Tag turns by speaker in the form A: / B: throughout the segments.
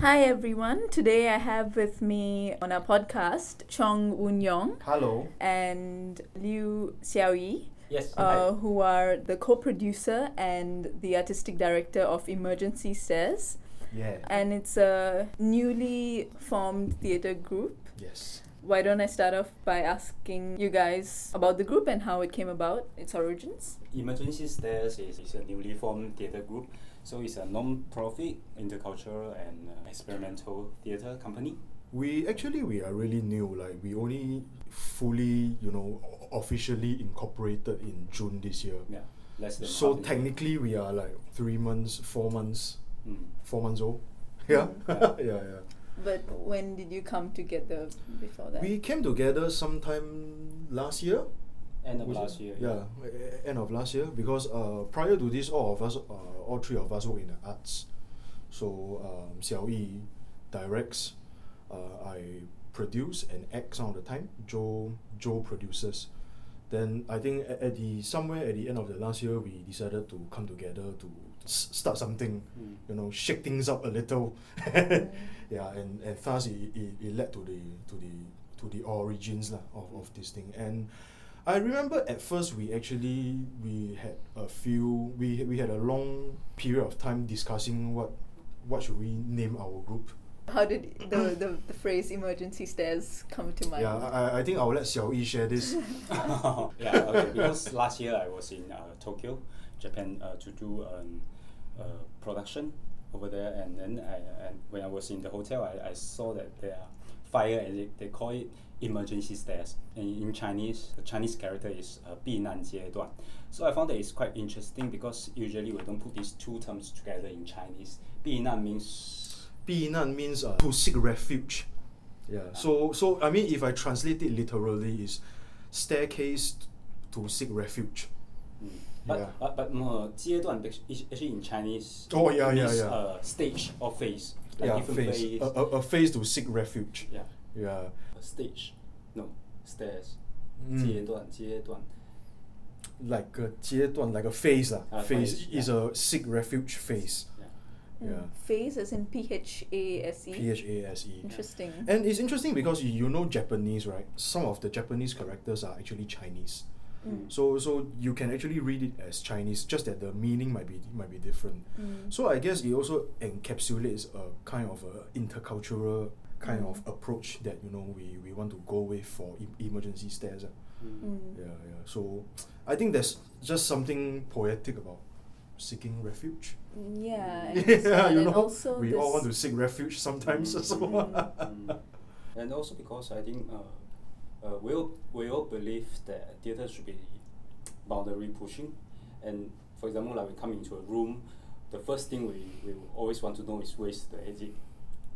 A: Hi everyone. Today I have with me on our podcast Chong Woon Yong
B: Hello.
A: and Liu Xiaoyi,
B: Yes.
A: uh, who are the co-producer and the artistic director of Emergency Stairs,
B: yeah.
A: and it's a newly formed theater group.
B: yes.
A: Why don't I start off by asking you guys about the group and how it came about, its origins?
C: Emergency Stairs is, is a newly formed theatre group, so it's a non-profit intercultural and uh, experimental theatre company.
B: We actually we are really new. Like we only fully you know o- officially incorporated in June this year.
C: Yeah, less than
B: So
C: half a year.
B: technically we are like three months, four months,
C: Mm.
B: four months old. Yeah.
C: Mm.
B: yeah. Yeah.
A: But when did you come together before that?
B: We came together sometime last year.
C: End of
B: Was it?
C: last year.
B: Yeah, e- e- end of last year because uh, prior to this, all of us, uh, all three of us, work in the arts. So um, Xiao Yi directs, uh, I produce and act some of the time. Joe Joe produces. Then I think at, at the somewhere at the end of the last year, we decided to come together to s- start something,
C: Mm.
B: you know, shake things up a little.
A: Mm.
B: yeah, and, and thus it, it, it led to the to the to the origins lah of, of this thing. And I remember at first we actually we had a few we we had a long period of time discussing what what should we name our group.
A: How did the, the, the phrase emergency stairs come to mind?
B: Yeah, I, I think I'll let Xiao Yi share this.
C: yeah, okay. Because last year I was in uh, Tokyo, Japan, uh, to do um, uh, production over there, and then I, and when I was in the hotel, I, I saw that there are fire, and they, they call it emergency stairs. And in Chinese, the Chinese character is uh, 避难阶段. So I found that it's quite interesting because usually we don't put these two terms together in Chinese. 避难 means
B: 避难 means uh, to seek refuge. Yeah. So so I mean if I translate it literally is staircase to seek refuge.
C: Mm. But,
B: Yeah.
C: but but more 阶段 bec- is actually in Chinese.
B: Oh, yeah, yeah,
C: means,
B: yeah.
C: Uh, stage or phase. Like
B: yeah,
C: different
B: phase. Uh,
C: phase.
B: A, a, a phase to seek refuge.
C: yeah.
B: Yeah.
C: Stage. No. Stairs.
B: Mm.
C: 阶段阶段.
B: Like a 阶段 like a phase lah.
C: Ah,
B: phase
C: phase,
B: is
C: yeah.
B: a seek refuge phase.
C: Yeah.
B: Yeah.
A: Mm. Phase as in P H A S E.
B: P H A S E.
A: Interesting.
B: And it's interesting because you, you know Japanese, right? Some of the Japanese characters are actually Chinese.
A: Mm.
B: So so you can actually read it as Chinese, just that the meaning might be might be different.
A: Mm.
B: So I guess it also encapsulates a kind of a intercultural kind
A: Mm.
B: of approach that you know we, we want to go with for e- emergency stairs. ah.
A: Mm.
B: Yeah, yeah. So I think there's just something poetic about seeking refuge.
A: Yeah. I
B: yeah,
A: understand.
B: you
A: and
B: know,
A: also
B: we all
A: this-
B: want to seek refuge sometimes.
C: Mm.
B: So
C: Mm. And also because I think uh, uh, we all we all believe that theater should be boundary pushing, and for example, like we come into a room, the first thing we we will always want to know is where's the exit.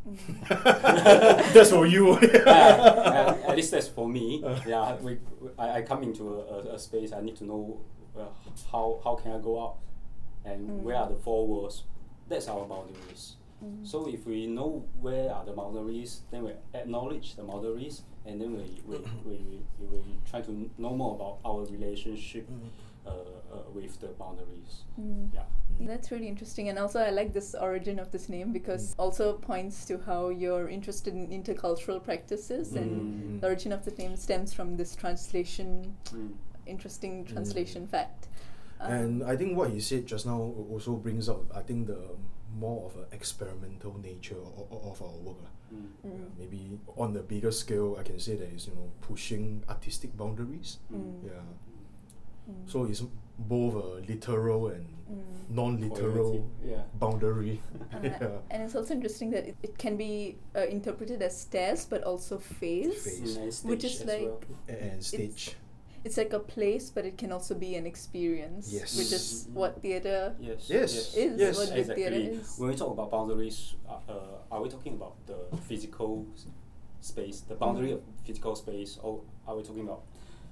A: Mm.
B: that's for you. Uh.
C: yeah, at, at least that's for me. Yeah, we, we- I, I come into a, a, a space. I need to know uh, how how can I go out, and
A: Mm.
C: where are the four walls. That's our boundaries.
A: Mm.
C: So if we know where are the boundaries, then we acknowledge the boundaries, and then we we, we, we, we try to n- know more about our relationship
B: Mm.
C: uh, uh, with the boundaries.
A: Mm.
C: Yeah.
A: That's really interesting, and also I like this origin of this name because
B: Mm.
A: also points to how you're interested in intercultural practices, and
B: Mm.
A: the origin of the name stems from this translation,
C: Mm.
A: interesting
B: Mm.
A: translation fact. Um,
B: And I think what he said just now al- also brings out, I think, the more of an experimental nature o- o- of our work. lah.
C: Mm.
B: Yeah,
A: Mm.
B: maybe on the bigger scale, I can say that it's you know pushing artistic boundaries.
A: Mm.
B: Yeah,
A: Mm.
B: so it's both a literal and
A: Mm.
B: non-literal
C: Poetic, yeah.
B: boundary.
A: Uh,
B: yeah.
A: And it's also interesting that it, it can be uh, interpreted as stairs, but also phase.
B: Phase.
C: Mm, and
A: Which is
C: stage as
A: like-
C: well.
B: A- and stage.
A: It's like a place, but it can also be an experience,
B: Yes.
A: which is
C: Mm.
A: what theater.
C: Yes.
B: Yes,
A: Is
B: yes.
A: what good
C: exactly.
A: theatre is.
C: When we talk about boundaries, uh, uh, are we talking about the physical s- space, the boundary of physical space, or are we talking about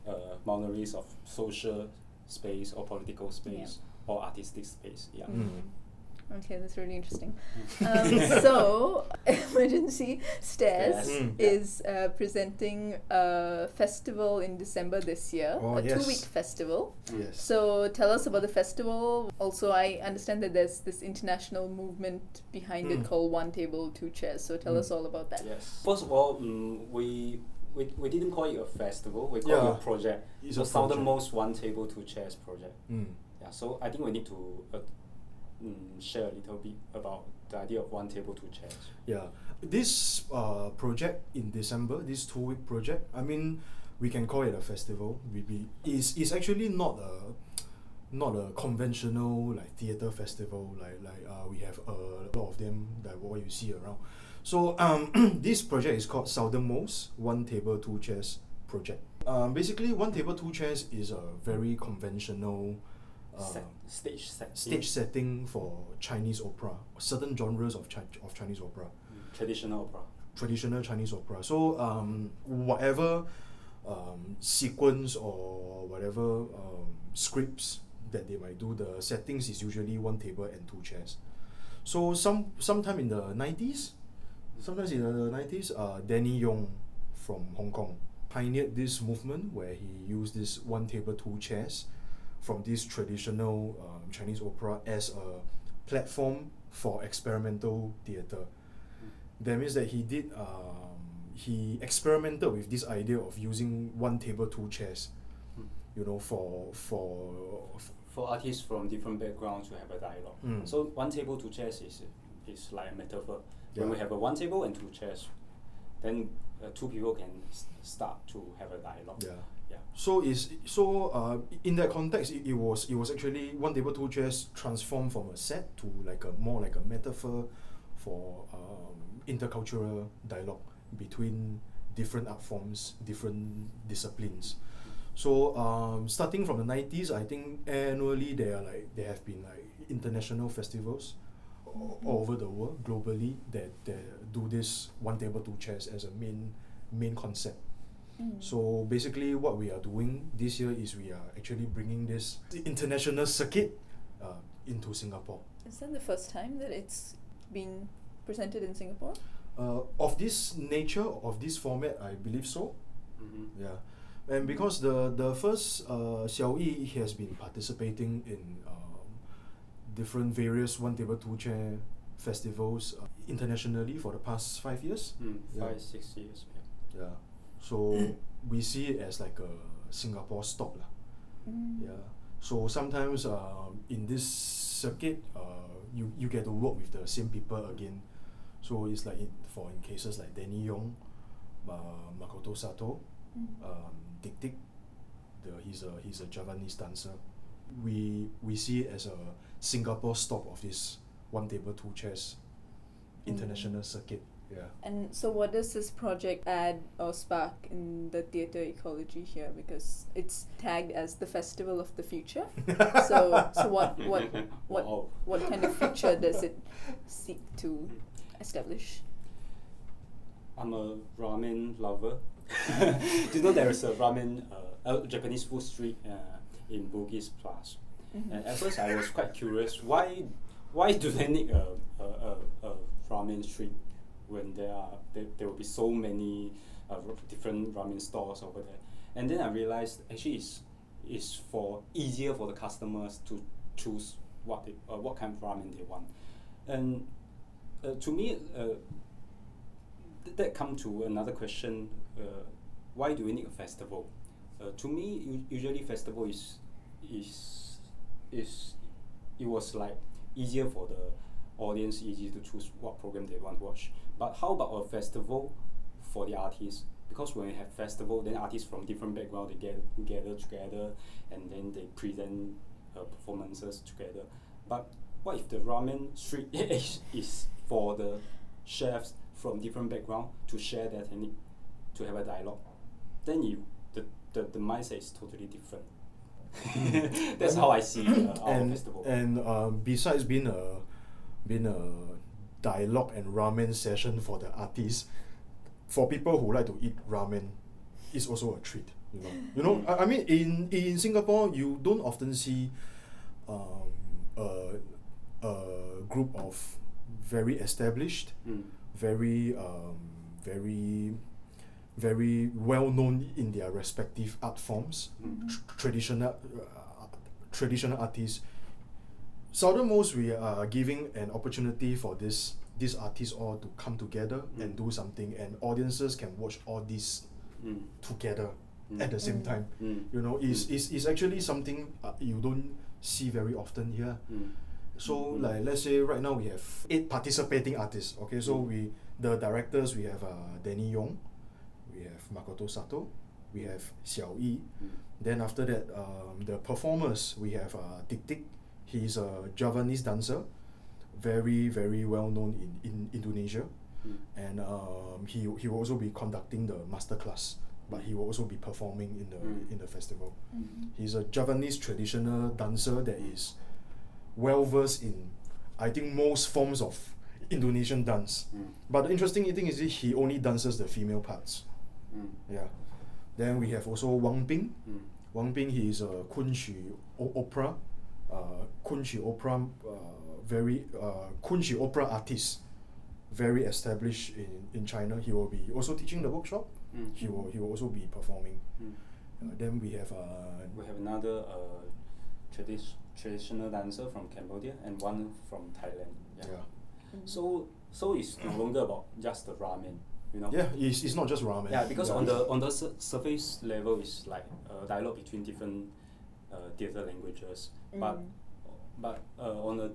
C: uh, boundaries of social space or political space or artistic space? Yeah.
B: Mm.
A: Okay, that's really interesting. Um, so, Emergency Stairs
C: Stairs. Mm.
A: is uh, presenting a festival in December this year,
B: Oh,
A: a
B: yes.
A: two week festival.
B: Yes.
A: So, tell us about the festival. Also, I understand that there's this international movement behind it
B: Mm.
A: called One Table, Two Chairs. So, tell us all about that.
C: Yes. First of all, mm, we, we we didn't call it a festival. We call it
B: Yeah.
C: a project.
B: It's
C: the
B: a
C: southernmost one table two chairs project.
B: Mm.
C: Yeah. So I think we need to uh, mm, share a little bit about the idea of one table two chairs.
B: Yeah, this uh, project in December, this two week project. I mean, we can call it a festival. We, we is is actually not a not a conventional like theater festival like like uh, we have a lot of them that what you see around. So um, this project is called Southernmost One Table Two Chairs Project. Um, basically, one table two chairs is a very conventional. Uh,
C: Set, stage set.
B: stage setting for Chinese opera, certain genres of, chi- of Chinese opera
C: Mm, Traditional opera.
B: traditional Chinese opera. So um, whatever um, sequence or whatever um, scripts that they might do, the settings is usually one table and two chairs. So some sometime in the nineties, Mm. sometimes in the nineties, uh, Danny Yong from Hong Kong pioneered this movement where he used this one table two chairs from this traditional um, Chinese opera as a platform for experimental theatre
C: Mm.
B: that means that he did um, he experimented with this idea of using one table two chairs
C: Mm.
B: you know for for
C: for artists from different backgrounds to have a dialogue.
B: Mm.
C: So one table, two chairs is is like a metaphor. When
B: Yeah.
C: we have a one table and two chairs, then uh, two people can s- start to have a dialogue.
B: Yeah.
C: Yeah.
B: so is so uh, in that context it, it was it was actually one table two chairs transformed from a set to like a more like a metaphor for um, intercultural dialogue between different art forms different disciplines so um, starting from the 90s i think annually there are like there have been like international festivals all all over the world globally that, that do this one table two chairs as a main main concept
A: Mm.
B: so basically, what we are doing this year is we are actually bringing this international circuit uh, into Singapore.
A: Is that the first time that it's been presented in Singapore?
B: Uh, of this nature, of this format, I believe so.
C: Mhm.
B: Yeah, and because the the first uh, Xiao Yi he has been participating in um, different various one table two chair festivals uh, internationally for the past five years.
C: Mm,
B: Yeah.
C: Five six years. Yeah.
B: Yeah, so we see it as like a Singapore stock lah.
A: Mm.
B: Yeah. So sometimes um, in this circuit, uh, you, you get to work with the same people again. So it's like in, for in cases like Danny Yong, uh, Makoto Sato,
A: Mm.
B: um, Dick Dick, the, he's, a, he's a Javanese dancer. We, we see it as a Singapore stop of this one table, two chairs
A: Mm.
B: international circuit. Yeah.
A: And so, what does this project add or spark in the theatre ecology here? Because it's tagged as the festival of the future. so, so what, what, what,
C: Wow.
A: what kind of future does it seek to establish?
C: I'm a ramen lover. Do you know there is a ramen uh, uh, Japanese food street uh, in Bugis Plus?
A: Mm-hmm.
C: And at first, I was quite curious why why do they need a, a, a, a ramen street when there are there, there will be so many uh, r- different ramen stores over there? And then I realized actually it's, it's for easier for the customers to choose what they, uh, what kind of ramen they want, and uh, to me. Uh, th- that come to another question uh, why do we need a festival uh, to me u- usually festival is is is it was like easier for the audience easy to choose what program they want to watch but how about a festival for the artists because when we have festival then artists from different background they get gather together and then they present uh, performances together but what if the ramen street is, is for the chefs from different background to share their technique to have a dialogue then you the, the, the mindset is totally different that's how i see uh, our
B: and,
C: festival
B: And um, besides being a being a dialogue and ramen session for the artists, for people who like to eat ramen, it's also a treat. You know, you know. I, I mean, in in Singapore, you don't often see um, a a group of very established,
C: Mm.
B: very um, very very well known in their respective art forms,
C: Mm.
B: tr- traditional uh, traditional artists. Southernmost, we are giving an opportunity for this these artists all to come together and
C: Mm.
B: do something, and audiences can watch all these
C: Mm.
B: together
C: Mm.
B: at the same
A: Mm.
B: time.
C: Mm.
B: You know, is
C: Mm.
B: is is actually something uh, you don't see very often here.
C: Mm.
B: So
C: Mhm.
B: like let's say right now we have eight participating artists. Okay, so
C: Mm.
B: we the directors we have uh, Danny Yong, we have Makoto Sato, we have Xiao Yi.
C: Mm.
B: Then after that, um, the performers we have uh, Tik Tik. He's a Javanese dancer, very very well known in, in Indonesia,
C: Mm.
B: and um, he he will also be conducting the master class, but he will also be performing in the
C: Mm.
B: in the festival.
A: Mhm.
B: He's a Javanese traditional dancer that is well versed in, I think, most forms of Indonesian dance.
C: Mm.
B: But the interesting thing is that he only dances the female parts.
C: Mm.
B: Yeah. Then we have also Wang Bing.
C: Mm.
B: Wang Bing, he is a Kunshi o- opera, uh, Kunshi opera, uh, very uh, Kunshi opera artist, very established in, in China. He will be also teaching the workshop.
C: Mm.
B: He will he will also be performing.
C: Mm.
B: Uh, then we have uh,
C: We have another uh, tradi- traditional dancer from Cambodia and one from Thailand. Yeah.
B: yeah.
A: Mm.
C: So so it's no longer about just the ramen, you know.
B: Yeah, it's, it's not just ramen.
C: Yeah, because on
B: it's-
C: the on the sur- surface level, it's like a dialogue between different uh, theater languages, but
A: Mm.
C: but uh, on a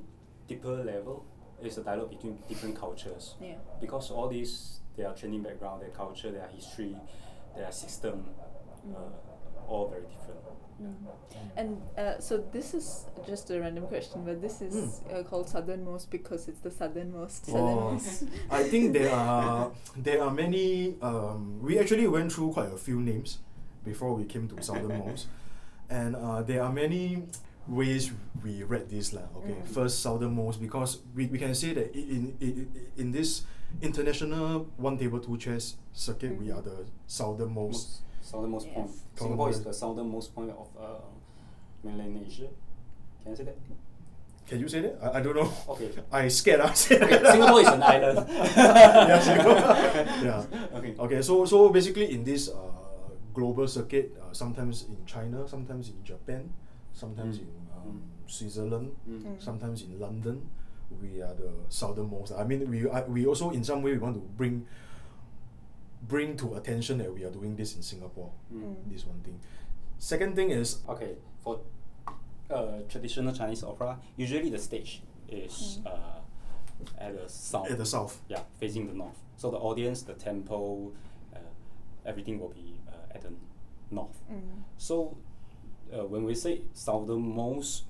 C: deeper level, it's a dialogue between different cultures.
A: Yeah.
C: Because all these, their training background, their culture, their history, their system, uh, all very different.
A: Mm. And uh, so this is just a random question, but this is
B: Hmm.
A: uh, called southernmost because it's the southernmost.
B: Oh,
A: Southernmost.
B: I think there are there are many. Um, we actually went through quite a few names before we came to Southern Malls, and uh, there are many ways we read this lah. Okay,
A: Mm.
B: first Southern Malls because we, we can say that i- in in in this international one table two chairs circuit we
A: Mhm.
B: are the Southern Malls.
C: Most, southernmost
A: Yes.
C: point. Singapore is
B: Southernmost.
C: the southernmost point of uh, mainland Asia. Can I say that?
B: Can you say that? I, I don't know.
C: Okay.
B: I scared. I said
C: Okay,
B: that.
C: Singapore is an island.
B: yeah, Singapore. yeah.
C: Okay.
B: Okay, so so basically in this uh, global circuit, uh, sometimes in China, sometimes in Japan, sometimes
C: Mm.
B: in um,
C: Mm.
B: Switzerland,
C: Mm.
A: Mm.
B: sometimes in London, we are the southernmost. I mean, we I, we also in some way we want to bring bring to attention that we are doing this in Singapore.
C: Mm.
A: Mm.
B: This one thing. Second thing is
C: Okay, for uh, traditional Chinese opera, usually the stage is
A: Mm.
C: uh, at the south.
B: at the south.
C: Yeah, facing the north. So the audience, the tempo, uh, everything will be uh, at the north.
A: Mm.
C: So uh, when we say southernmost,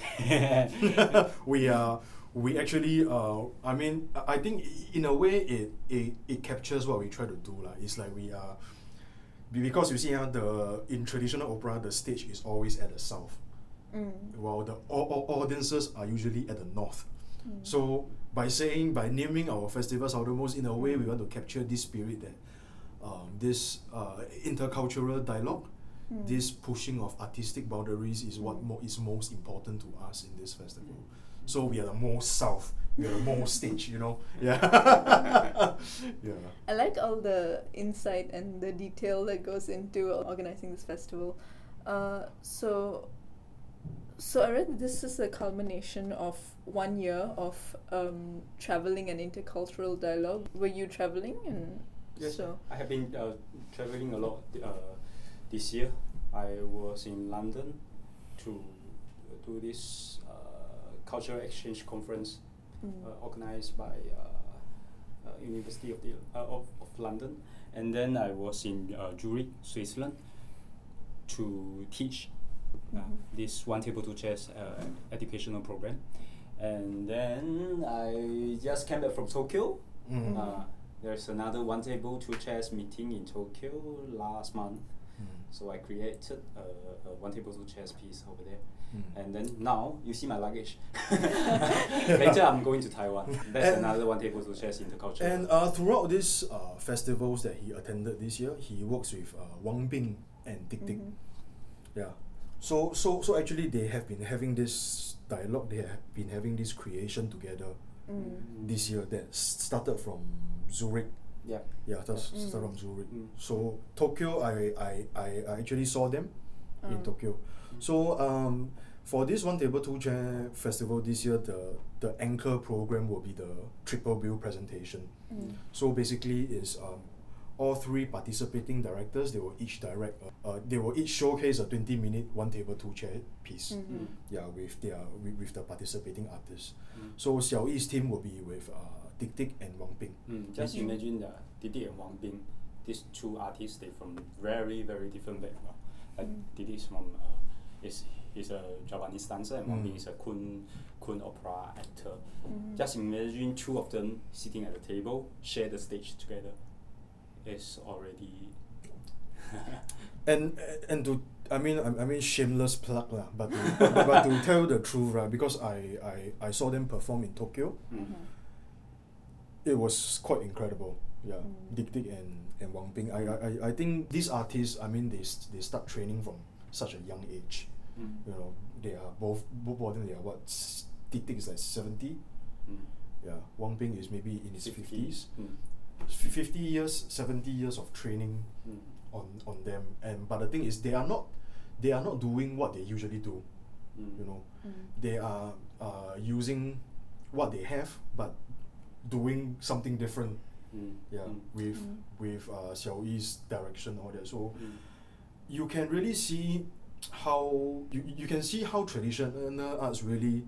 B: we are we actually uh, I mean I I think i- in a way it, it it captures what we try to do lah. It's like we are be- because you see uh, the in traditional opera the stage is always at the south
A: Mm.
B: while the au- au- audiences are usually at the north.
A: Mm.
B: So by saying by naming our festival Southernmost in a way we want to capture this spirit that um, this uh, intercultural dialogue
A: Mm.
B: this pushing of artistic boundaries is what
A: Mm.
B: mo- is most important to us in this festival. So we are the most south, we are the most stage, you know. Yeah, yeah.
A: I like all the insight and the detail that goes into organizing this festival. Uh, so, so I read that this is a culmination of one year of um, traveling and intercultural dialogue. Were you traveling and
C: Yes,
A: so?
C: I have been uh, traveling a lot uh, this year. I was in London to do this uh, cultural exchange conference
A: Mm.
C: uh, organized by uh, uh, University of, the, uh, of, of London. And then I was in uh, Zurich, Switzerland to teach uh,
A: Mhm.
C: this one table two chairs uh, educational program. And then I just came back from Tokyo.
B: Mm.
C: Uh, there's another one table two chairs meeting in Tokyo last month.
B: Mm.
C: So I created a, a one table two chairs piece over there.
B: Mm.
C: And then now you see my luggage. Later I'm going to Taiwan. That's
B: And-
C: another one table two chairs intercultural.
B: And uh, throughout these uh, festivals that he attended this year, he works with uh, Wang Bing and Tik Tik.
A: Mhm.
B: Yeah. So so so actually they have been having this dialogue. They have been having this creation together
A: Mm.
B: this year that s- started from Zurich.
C: Yeah.
B: Yeah, that's
A: Mm.
B: started from Zurich.
C: Mm.
B: So Tokyo, I, I I I actually saw them Mm. in
A: Ah.
B: Tokyo. So um, for this one table two chair festival this year, the the anchor program will be the triple bill presentation.
A: Mm.
B: So basically, is um, all three participating directors they will each direct. Uh, uh, they will each showcase a twenty minute one table two chair piece.
A: Mhm.
B: Yeah, with their with, with the participating artists.
C: Mm.
B: So Xiao Yi's team will be with uh, Dick Dick and Wang Ping.
C: Mm, just
A: Mhm.
C: imagine uh, Didi and Wang Bing, these two artists, they from very, very different background. Like
A: Mm.
C: Didi is from, uh, is, he's a Japanese dancer and Wang Bing
B: Mm.
C: is a Kun, Kun opera actor.
A: Mhm.
C: Just imagine two of them sitting at the table, share the stage together. It's already...
B: and and to I mean I, I mean shameless plug lah, but to, but to tell the truth right, because I, I I saw them perform in Tokyo,
C: Mm.
A: Mhm.
B: it was quite incredible. Yeah,
A: Mm.
B: Dick Dick and and Wang Ping. I, I I- I think these artists, I mean, they s- they start training from such a young age.
C: Mm.
B: You know, they are both both of them. They are what s- Dick Dick is like seventy.
C: Mm.
B: Yeah, Wang Ping is maybe in his
C: 50.
B: fifties.
C: Mm.
B: Fifty years, seventy years of training
C: Mm.
B: on on them. And but the thing is, they are not they are not doing what they usually do.
C: Mm.
B: you know
A: Mm.
B: they are uh, using what they have but doing something different
C: Mm.
B: yeah
C: Mm.
B: with
A: Mm.
B: with uh, Xiao Yi's direction all that so
C: Mm.
B: you can really see how you, you can see how traditional arts really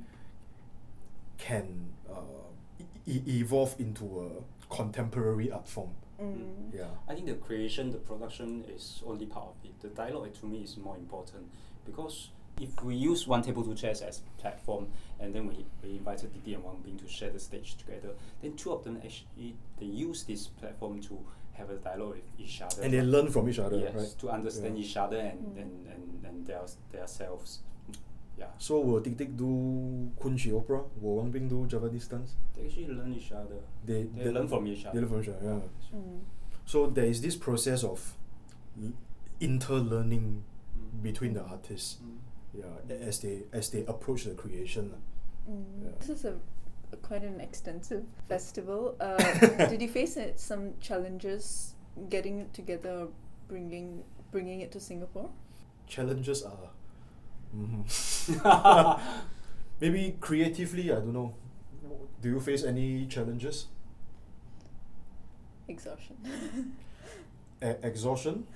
B: can uh, e- e- evolve into a contemporary art form
A: Mm.
B: yeah
C: I think the creation, the production is only part of it. The dialogue to me is more important because if we use One Table Two Chairs as platform and then we, we invited Didi and Wang Bing to share the stage together, then two of them actually they use this platform to have a dialogue with each other.
B: and they learn from each other
C: yes,
B: right
C: to understand
B: Yeah.
C: each other and,
A: Mm.
C: and, and, and their themselves. Yeah.
B: so will Dick Dick do Kunchi opera will Wang Bing do Japanese dance
C: They actually learn each other.
B: they,
C: They learn from each
B: they
C: other.
B: learn from each other yeah
A: Mm.
B: So there is this process of l- interlearning
C: Mm.
B: between the artists,
C: Mm.
B: yeah, a- as they as they approach the creation. lah.
A: Mm.
B: Yeah.
A: This is a quite an extensive festival. Uh, did you face it, some challenges getting it together, or bringing bringing it to Singapore?
B: Challenges are, mhm.
C: Mm.
B: maybe creatively. I don't know. W- Do you face any challenges?
A: Exhaustion.
B: E- exhaustion.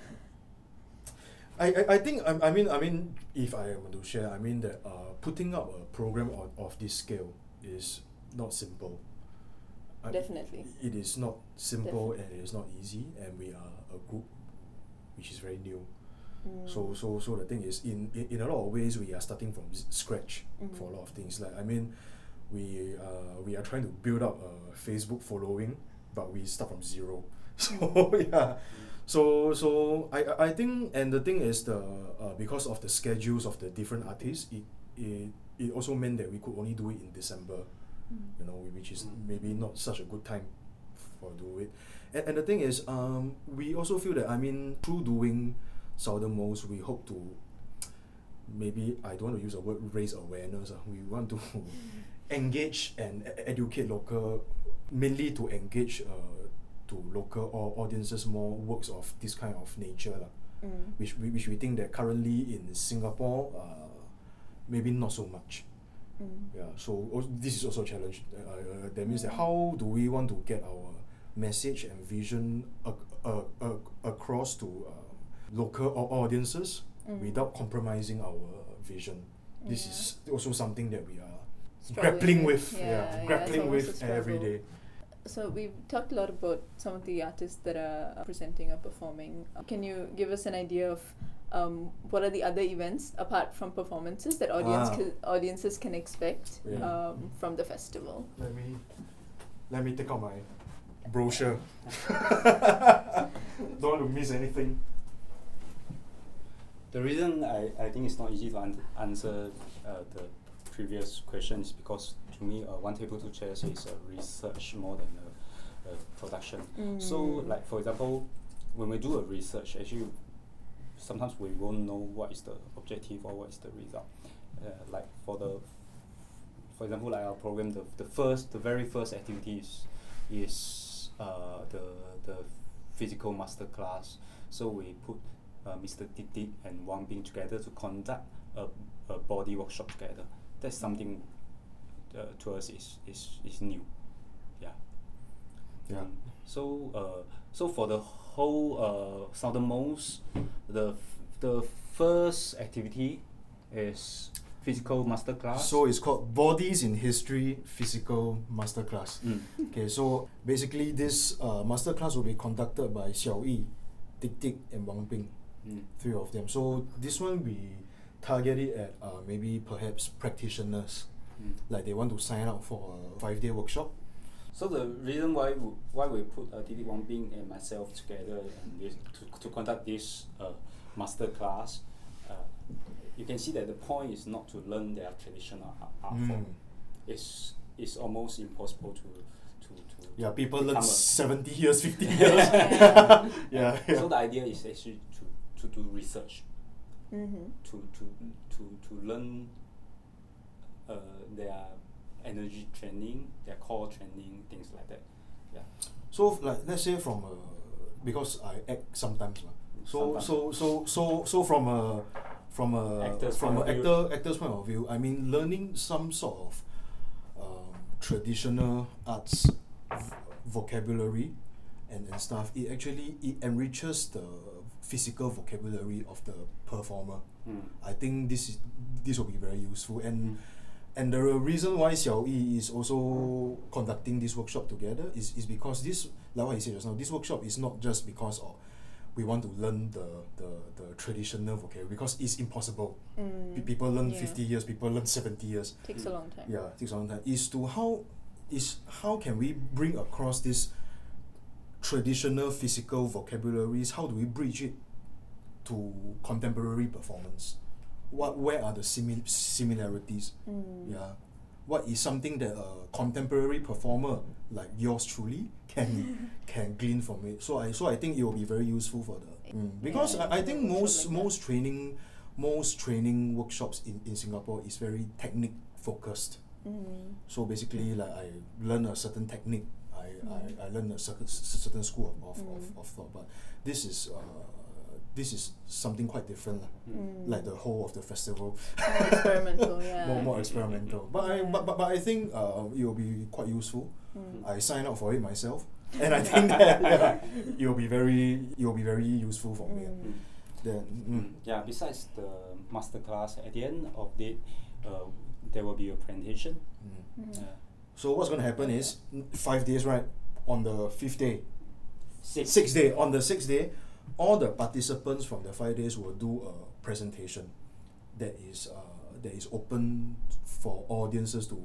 B: I, I, I think I, I mean I mean if I am to share I mean that uh, putting up a program of, of this scale is not simple. I-
A: Definitely.
B: It is not simple and it is not easy and we are a group which is very new.
A: Mm.
B: So so so the thing is in, in, in a lot of ways we are starting from s- scratch for
A: Mhm.
B: a lot of things. Like I mean we uh, we are trying to build up a Facebook following but we start from zero. So yeah. So so I I- I think and the thing is the uh, because of the schedules of the different artists it, it it also meant that we could only do it in December
A: Mm.
B: you know, which is
C: Mm.
B: maybe not such a good time for do it. And, and the thing is, um, we also feel that I mean, through doing Southernmost, we hope to maybe I don't want to use the word raise awareness. ah. We want to engage and e- educate local, mainly to engage uh, to local or audiences more works of this kind of nature. lah
A: Mm.
B: which we, which we think that currently in Singapore, uh, maybe not so much.
A: Mm.
B: Yeah, so al- this is also a challenge. Uh, uh, that means that
A: Mm.
B: how do we want to get our message and vision ac- uh, uh, across to um, local au- audiences
A: Mm.
B: without compromising our vision? This
A: Yeah.
B: is also something that we are
A: Struggling
B: grappling with. Yeah,
A: it's
B: grappling
A: always a
B: with every
A: struggle.
B: day.
A: So we've talked a lot about some of the artists that are uh, presenting or performing. Can you give us an idea of um, what are the other events apart from performances that audience
B: Ah.
A: can, audiences can expect
B: Yeah.
A: um, from the festival?
B: Let me let me take out my brochure. Don't want to miss anything.
C: The reason I, I think it's not easy to an- answer uh, the previous question is because to me, uh, one table two chairs is a research more than a, a production. So,
A: Mm.
C: like for example, when we do a research, actually, sometimes we won't know what is the objective or what is the result. Uh, like for the, for example, like our program, the, the first, the very first activity is, is uh, the, the physical master class. So we put uh, Mr. Titi and Wang Bing together to conduct a, a body workshop together. That's something uh, to us is, is, is new. Yeah.
B: Yeah.
C: Um, so uh, so for the whole uh, southernmost, the f- the first activity is physical masterclass.
B: So it's called Bodies in History Physical Masterclass.
C: Mm.
B: Okay, so basically this uh, masterclass will be conducted by Xiao Yi, Tik Tik, and Wang Ping,
C: Mm.
B: three of them. So this one we target it at uh, maybe perhaps practitioners,
C: Mm.
B: like they want to sign up for a five-day workshop.
C: So the reason why w- why we put uh, Didi Wang Bing and myself together and this, to, to conduct this uh, master class, uh, you can see that the point is not to learn their traditional art, art form.
B: Mm.
C: It's it's almost impossible to to to.
B: Yeah, people learn
C: become a-
B: 70 years, 50 years.
A: Yeah.
B: yeah, yeah.
C: So the idea is actually to, to do research,
A: Mm-hmm.
C: to to to, to learn uh, their energy training, their core training, things like that. Yeah.
B: So like let's say from a because I act sometimes lah. So
C: Sometimes.
B: so so so so from a from a
C: Actor's
B: from
C: point
B: a
C: of view.
B: actor actor's point of view, I mean learning some sort of um, traditional arts v- vocabulary and, and stuff. It actually it enriches the physical vocabulary of the performer.
C: Mm.
B: I think this is this will be very useful and.
C: Mm.
B: And the reason why Xiao Yi is also conducting this workshop together is, is because this, like what he said just now, this workshop is not just because of we want to learn the, the, the traditional vocabulary because it's impossible. Pe-
A: Mm.
B: people learn
A: yeah.
B: 50 years, people learn 70 years.
A: Takes a long time.
B: Yeah, it takes a long time. Is to how is how can we bring across this traditional physical vocabularies? How do we bridge it to contemporary performance? What where are the simi- similarities?
A: Mm.
B: Yeah. What is something that a contemporary performer like yours truly can can glean from it? So I so I think it will be very useful for the mm. because
A: Yeah,
B: I, I think
A: workshop like
B: most
A: that.
B: most training most training workshops in, in Singapore is very technique focused.
A: Mm.
B: So basically like I learn a certain technique. I,
A: Mm.
B: I, I learn a certain, certain school of, of,
A: Mm.
B: of, of thought. But this is uh, this is something quite different. lah
A: Mm.
B: like the whole of the festival.
A: More experimental, yeah.
B: more, more experimental. But I but, but, but I think uh, it will be quite useful.
A: Mm.
B: I sign up for it myself, and I think that yeah, it will be very it will be very useful for me.
A: Mm.
C: Mm.
B: Then
C: Mm. Yeah, besides the masterclass, at the end of it, uh, there will be a presentation.
B: mm, mm.
A: Mm.
C: Uh,
B: So what's gonna happen is mm, five days right on the fifth day,
C: six.
B: sixth day on the sixth day, all the participants from the five days will do a presentation that is uh, that is open for audiences to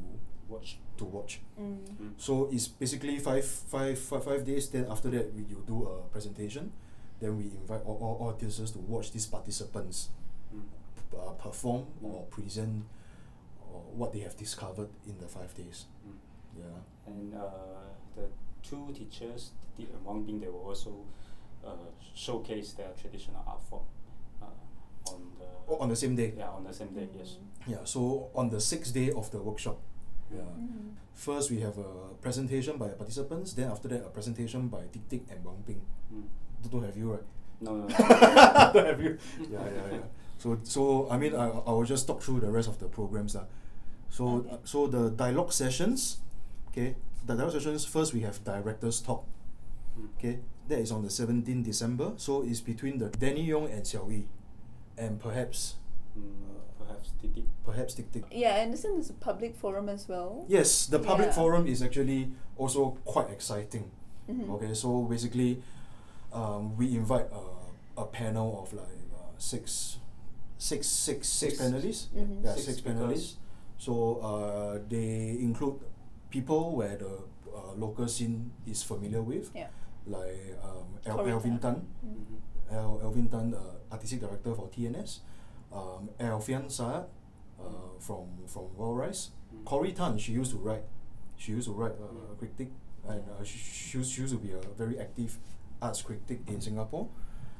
C: Watch.
B: to watch.
A: Mm.
C: Mm.
B: So it's basically five, five, five, five days. Then after that, we, you do a presentation. Then we invite all, all audiences to watch these participants
C: Mm.
B: uh, perform or present or what they have discovered in the five days.
C: Mm.
B: Yeah.
C: And uh, the two teachers, Titi and Wang Bing, they will also uh, showcase their traditional art form uh, on the
B: Oh, on the same day.
C: yeah on the same day. Mm-hmm. Yes.
B: Yeah. So on the sixth day of the workshop. Yeah.
A: Mm.
B: First, we have a presentation by participants. Then after that, a presentation by Tik Tik and Wang Ping.
C: Mm.
B: Don't- Don't have you right?
C: No, Mm. no. no.
B: Don't have you. Yeah, yeah, yeah. So, so I mean, I, I will just talk through the rest of the programs. lah. So, uh,
A: Okay.
B: so the dialogue sessions, okay, the dialogue sessions, first we have director's talk,
C: Mm.
B: okay, that is on the 17th December. So, it's between the Danny Yong and Xiao Yi, and perhaps,
C: Mm, perhaps Titi.
B: perhaps Tik Tik.
A: Yeah, I understand there's a public forum as well.
B: Yes, the public
A: Yeah.
B: forum is actually also quite exciting.
A: Mhm.
B: Okay, so basically, um, we invite a, a panel of like uh, six, six, six, six
C: Six.
B: panelists.
A: Mhm.
B: Yeah,
C: Six
B: six,
C: speakers.
B: panelists. So uh, they include people where the uh, local scene is familiar with,
A: Yeah.
B: like um, El-
A: Correct.
B: Elvin Tan,
A: Mm.
C: Mhm.
B: El- Elvin Tan, uh, artistic director for TNS, um, Alfian Saad uh, from from World Rise,
C: Mm.
B: Corey Tan. She used to write, she used to write uh,
C: Mm.
B: critic, and
C: Mm.
B: uh, she, she used- she used to be a very active arts critic in Singapore,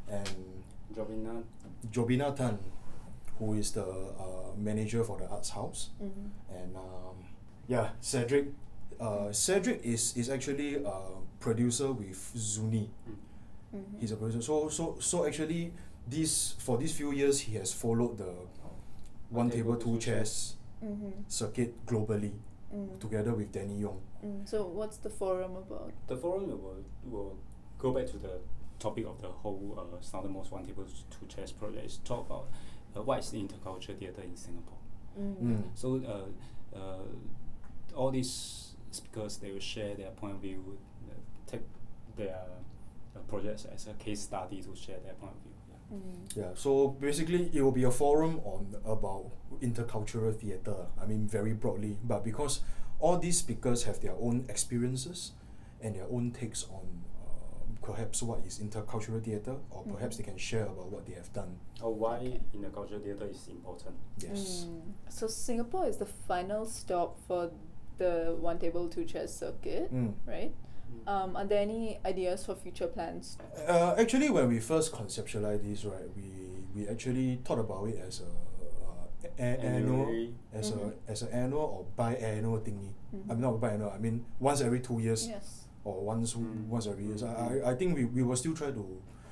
B: and
C: Jobina.
B: Jobina Tan, who is the uh, manager for the Arts House,
A: Mm-hmm.
B: and um, yeah, Cedric. Uh, Cedric is is actually a producer with Zuni.
C: Mm.
A: Mm-hmm.
B: He's a producer. So so so actually, this for these few years he has followed the one table two chairs
A: Mm-hmm.
B: circuit globally
A: Mm.
B: together with Danny Yong.
A: Mm. So what's the forum about?
C: The forum will, will go back to the topic of the whole uh, Southernmost One Table Two Chairs project. It's talk about uh, what is intercultural theatre in Singapore.
A: Mm.
B: Mm.
C: So uh, uh, all these speakers they will share their point of view, uh, take their uh, projects as a case study to share their point of view. Yeah.
A: Mm.
B: Yeah, so basically it will be a forum on about intercultural theatre. I mean very broadly, but because all these speakers have their own experiences and their own takes on uh, perhaps what is intercultural theatre, or
A: Mm.
B: perhaps they can share about what they have done.
C: Or why
A: Okay.
C: intercultural theatre is important.
B: Yes.
A: Mm. So Singapore is the final stop for the one table two chairs circuit,
B: Mm.
A: right? Um, are there any ideas for future plans?
B: Uh, actually, when we first conceptualized this, right, we we actually thought about it as a uh, a- a- annual,
C: Annually.
B: as
A: Mhm.
B: a as an annual or biannual thingy. I mean
A: Mhm.
B: not biannual. I mean once every two years
A: Yes.
B: or once
C: Mm.
B: once every years. I
C: Mm.
B: I, I think we, we will still try to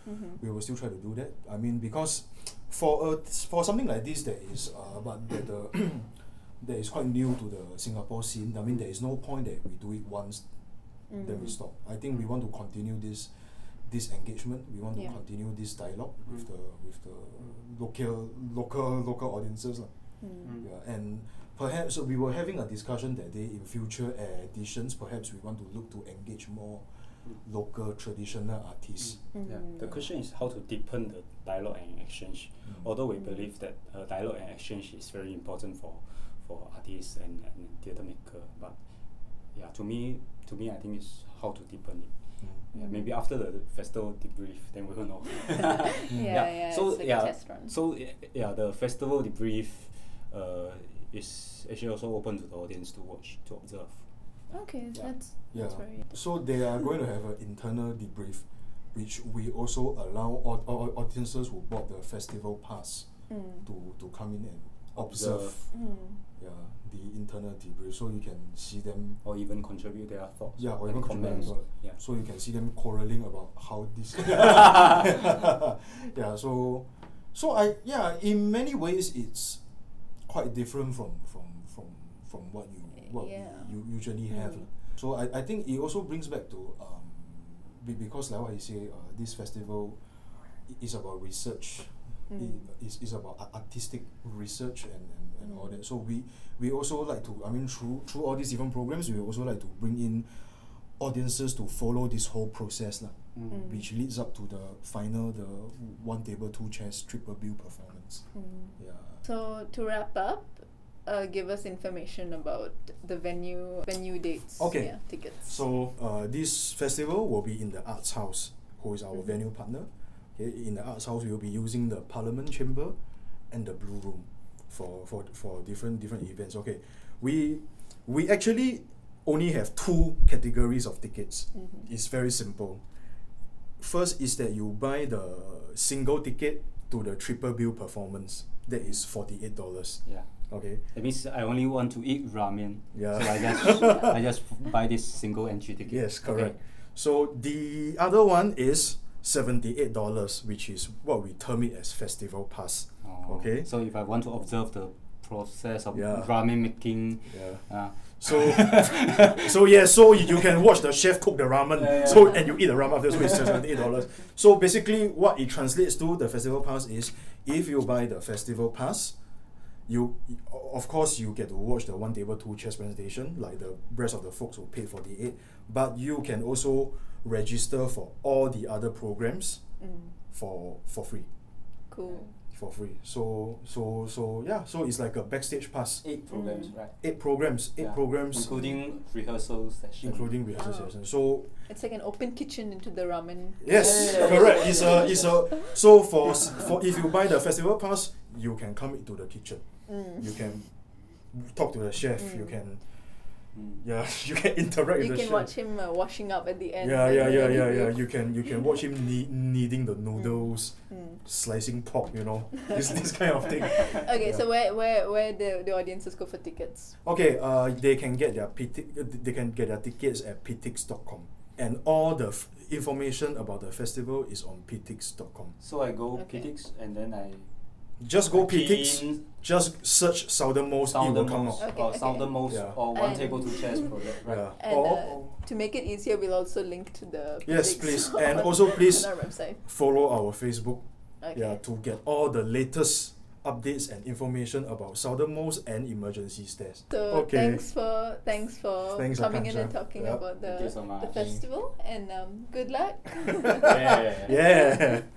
A: Mm-hmm.
B: we will still try to do that. I mean because for a, for something like this that is uh but that the that is quite new to the Singapore scene. I mean there is no point that we do it once then we
A: Mm.
B: stop. I think we want to continue this this engagement. We want
A: Yeah.
B: to continue this dialogue with
C: Mm.
B: the with the local local local audiences. lah.
A: Mm.
C: Mm.
B: Yeah, and perhaps we were having a discussion that day in future editions. Perhaps we want to look to engage more
C: Mm.
B: local traditional artists.
C: Yeah.
A: Mhm.
C: The question is how to deepen the dialogue and exchange.
B: Mm.
C: Although we
A: Mm.
C: believe that uh, dialogue and exchange is very important for, for artists and, and theatre maker, but yeah, to me, to me, I think it's how to deepen it.
B: Mm.
C: Yeah,
A: Mm.
C: maybe after the festival debrief, then we will know.
A: yeah,
B: Mm.
A: yeah,
C: So
A: it's like a
C: yeah,
A: test run.
C: so y- yeah, the festival debrief uh, is actually also open to the audience to watch to observe.
A: okay,
C: Yeah.
A: that's
B: Yeah.
A: that's very.
B: So they are going to have an internal debrief, which we also allow all, all audiences who bought the festival pass
A: Mm.
B: to to come in and observe.
C: Observe.
A: Mm.
B: yeah, the internal debrief, so you can see them.
C: or even contribute their thoughts.
B: Yeah, or
C: and
B: even contribute
C: comments.
B: as well.
C: Yeah.
B: So you can see them quarreling about how this. yeah, so, so I yeah, in many ways it's quite different from from from from what you what
A: Yeah.
B: you, you usually have.
A: Mm.
B: lah. So I, I think it also brings back to um, be- because like what you say, uh, this festival i- is about research
A: Mm.
B: i- is, is about a- artistic research and, and, and all
A: Mm.
B: that. So we we also like to I mean through through all these different programs we also like to bring in audiences to follow this whole process lah,
A: Mm.
B: which leads up to the final the one table two chairs triple bill performance.
A: Mm.
B: Yeah.
A: So to wrap up, uh, give us information about the venue, venue dates,
B: Okay.
A: yeah, tickets.
B: So uh, this festival will be in the Arts House, who is our
A: Mhm.
B: venue partner. Okay, in the Arts House, we will be using the Parliament Chamber and the Blue Room for for, for different different events. Okay, we we actually only have two categories of tickets.
A: Mhm.
B: It's very simple. First is that you buy the single ticket to the triple bill performance. That is forty eight dollars.
C: Yeah.
B: Okay.
C: That means I only want to eat ramen.
B: Yeah.
C: So I just I just buy this single entry ticket.
B: Yes, correct. So the other one is seventy-eight dollars, which is what we term it as festival pass.
C: Oh,
B: Okay.
C: So if I want to observe the process of
B: Yeah.
C: ramen making,
B: Yeah.
C: uh,
B: So, so yeah, so you can watch the chef cook the ramen.
C: Yeah, yeah,
B: So
A: yeah.
B: and you eat the ramen after, so it's seventy-eight dollars. So basically, what it translates to the festival pass is, if you buy the festival pass, you of course you get to watch the one table two chess presentation like the rest of the folks who paid forty-eight, but you can also register for all the other programs
A: Mm.
B: for for free.
A: Cool.
B: for free. So so so yeah, so it's like a backstage pass.
C: eight programs, right?
B: Eight programs, eight
C: Yeah.
B: programs,
C: including rehearsal session.
B: including rehearsal
A: Wow.
B: session. So
A: It's like an open kitchen into the ramen.
B: yes,
C: Yeah, yeah, yeah.
B: correct. It's a it's a so for s- for if you buy the festival pass, you can come into the kitchen.
A: Mm.
B: You can talk to the chef. You
A: Mm.
B: can
C: Mm.
B: Yeah, you can interact
A: you
B: with the
A: can
B: chef.
A: watch him uh, washing up at the end.
B: Yeah,
A: and
B: yeah,
A: then
B: yeah, yeah,
A: he
B: yeah.
A: will-
B: You can you can watch him kne- kneading the noodles,
A: Mm.
B: slicing pork, you know, this this kind of thing.
A: Okay,
B: Yeah.
A: so where where where the, the audiences go for tickets?
B: Okay, uh, they can get their PT- uh, they can get their tickets at ptix.com, and all the f- information about the festival is on ptix.com.
C: So I go
A: Okay.
C: Petix and then I
B: Just go
C: Key
B: ptix,
C: in-
B: just search southernmost, it will come
C: Southernmost
B: out.
A: Okay, Um,
C: or
A: okay.
C: Southernmost
B: Yeah.
C: or One
A: And-
C: Table Two Chairs project, right?
B: Yeah.
A: And
B: Or-
A: uh, to make it easier, we'll also link to the
B: Yes,
A: Petix
B: please, and
A: on-
B: also please
A: on our website.
B: Follow our Facebook,
A: Okay.
B: yeah, to get all the latest updates and information about southernmost and emergency stairs.
A: So thanks for thanks for
B: Thanks,
A: coming in and
B: Akansha.
A: talking
B: Yeah.
A: about
C: Thank
A: the,
C: you so
A: the
C: much.
A: festival and um, good luck.
C: Yeah.
B: yeah.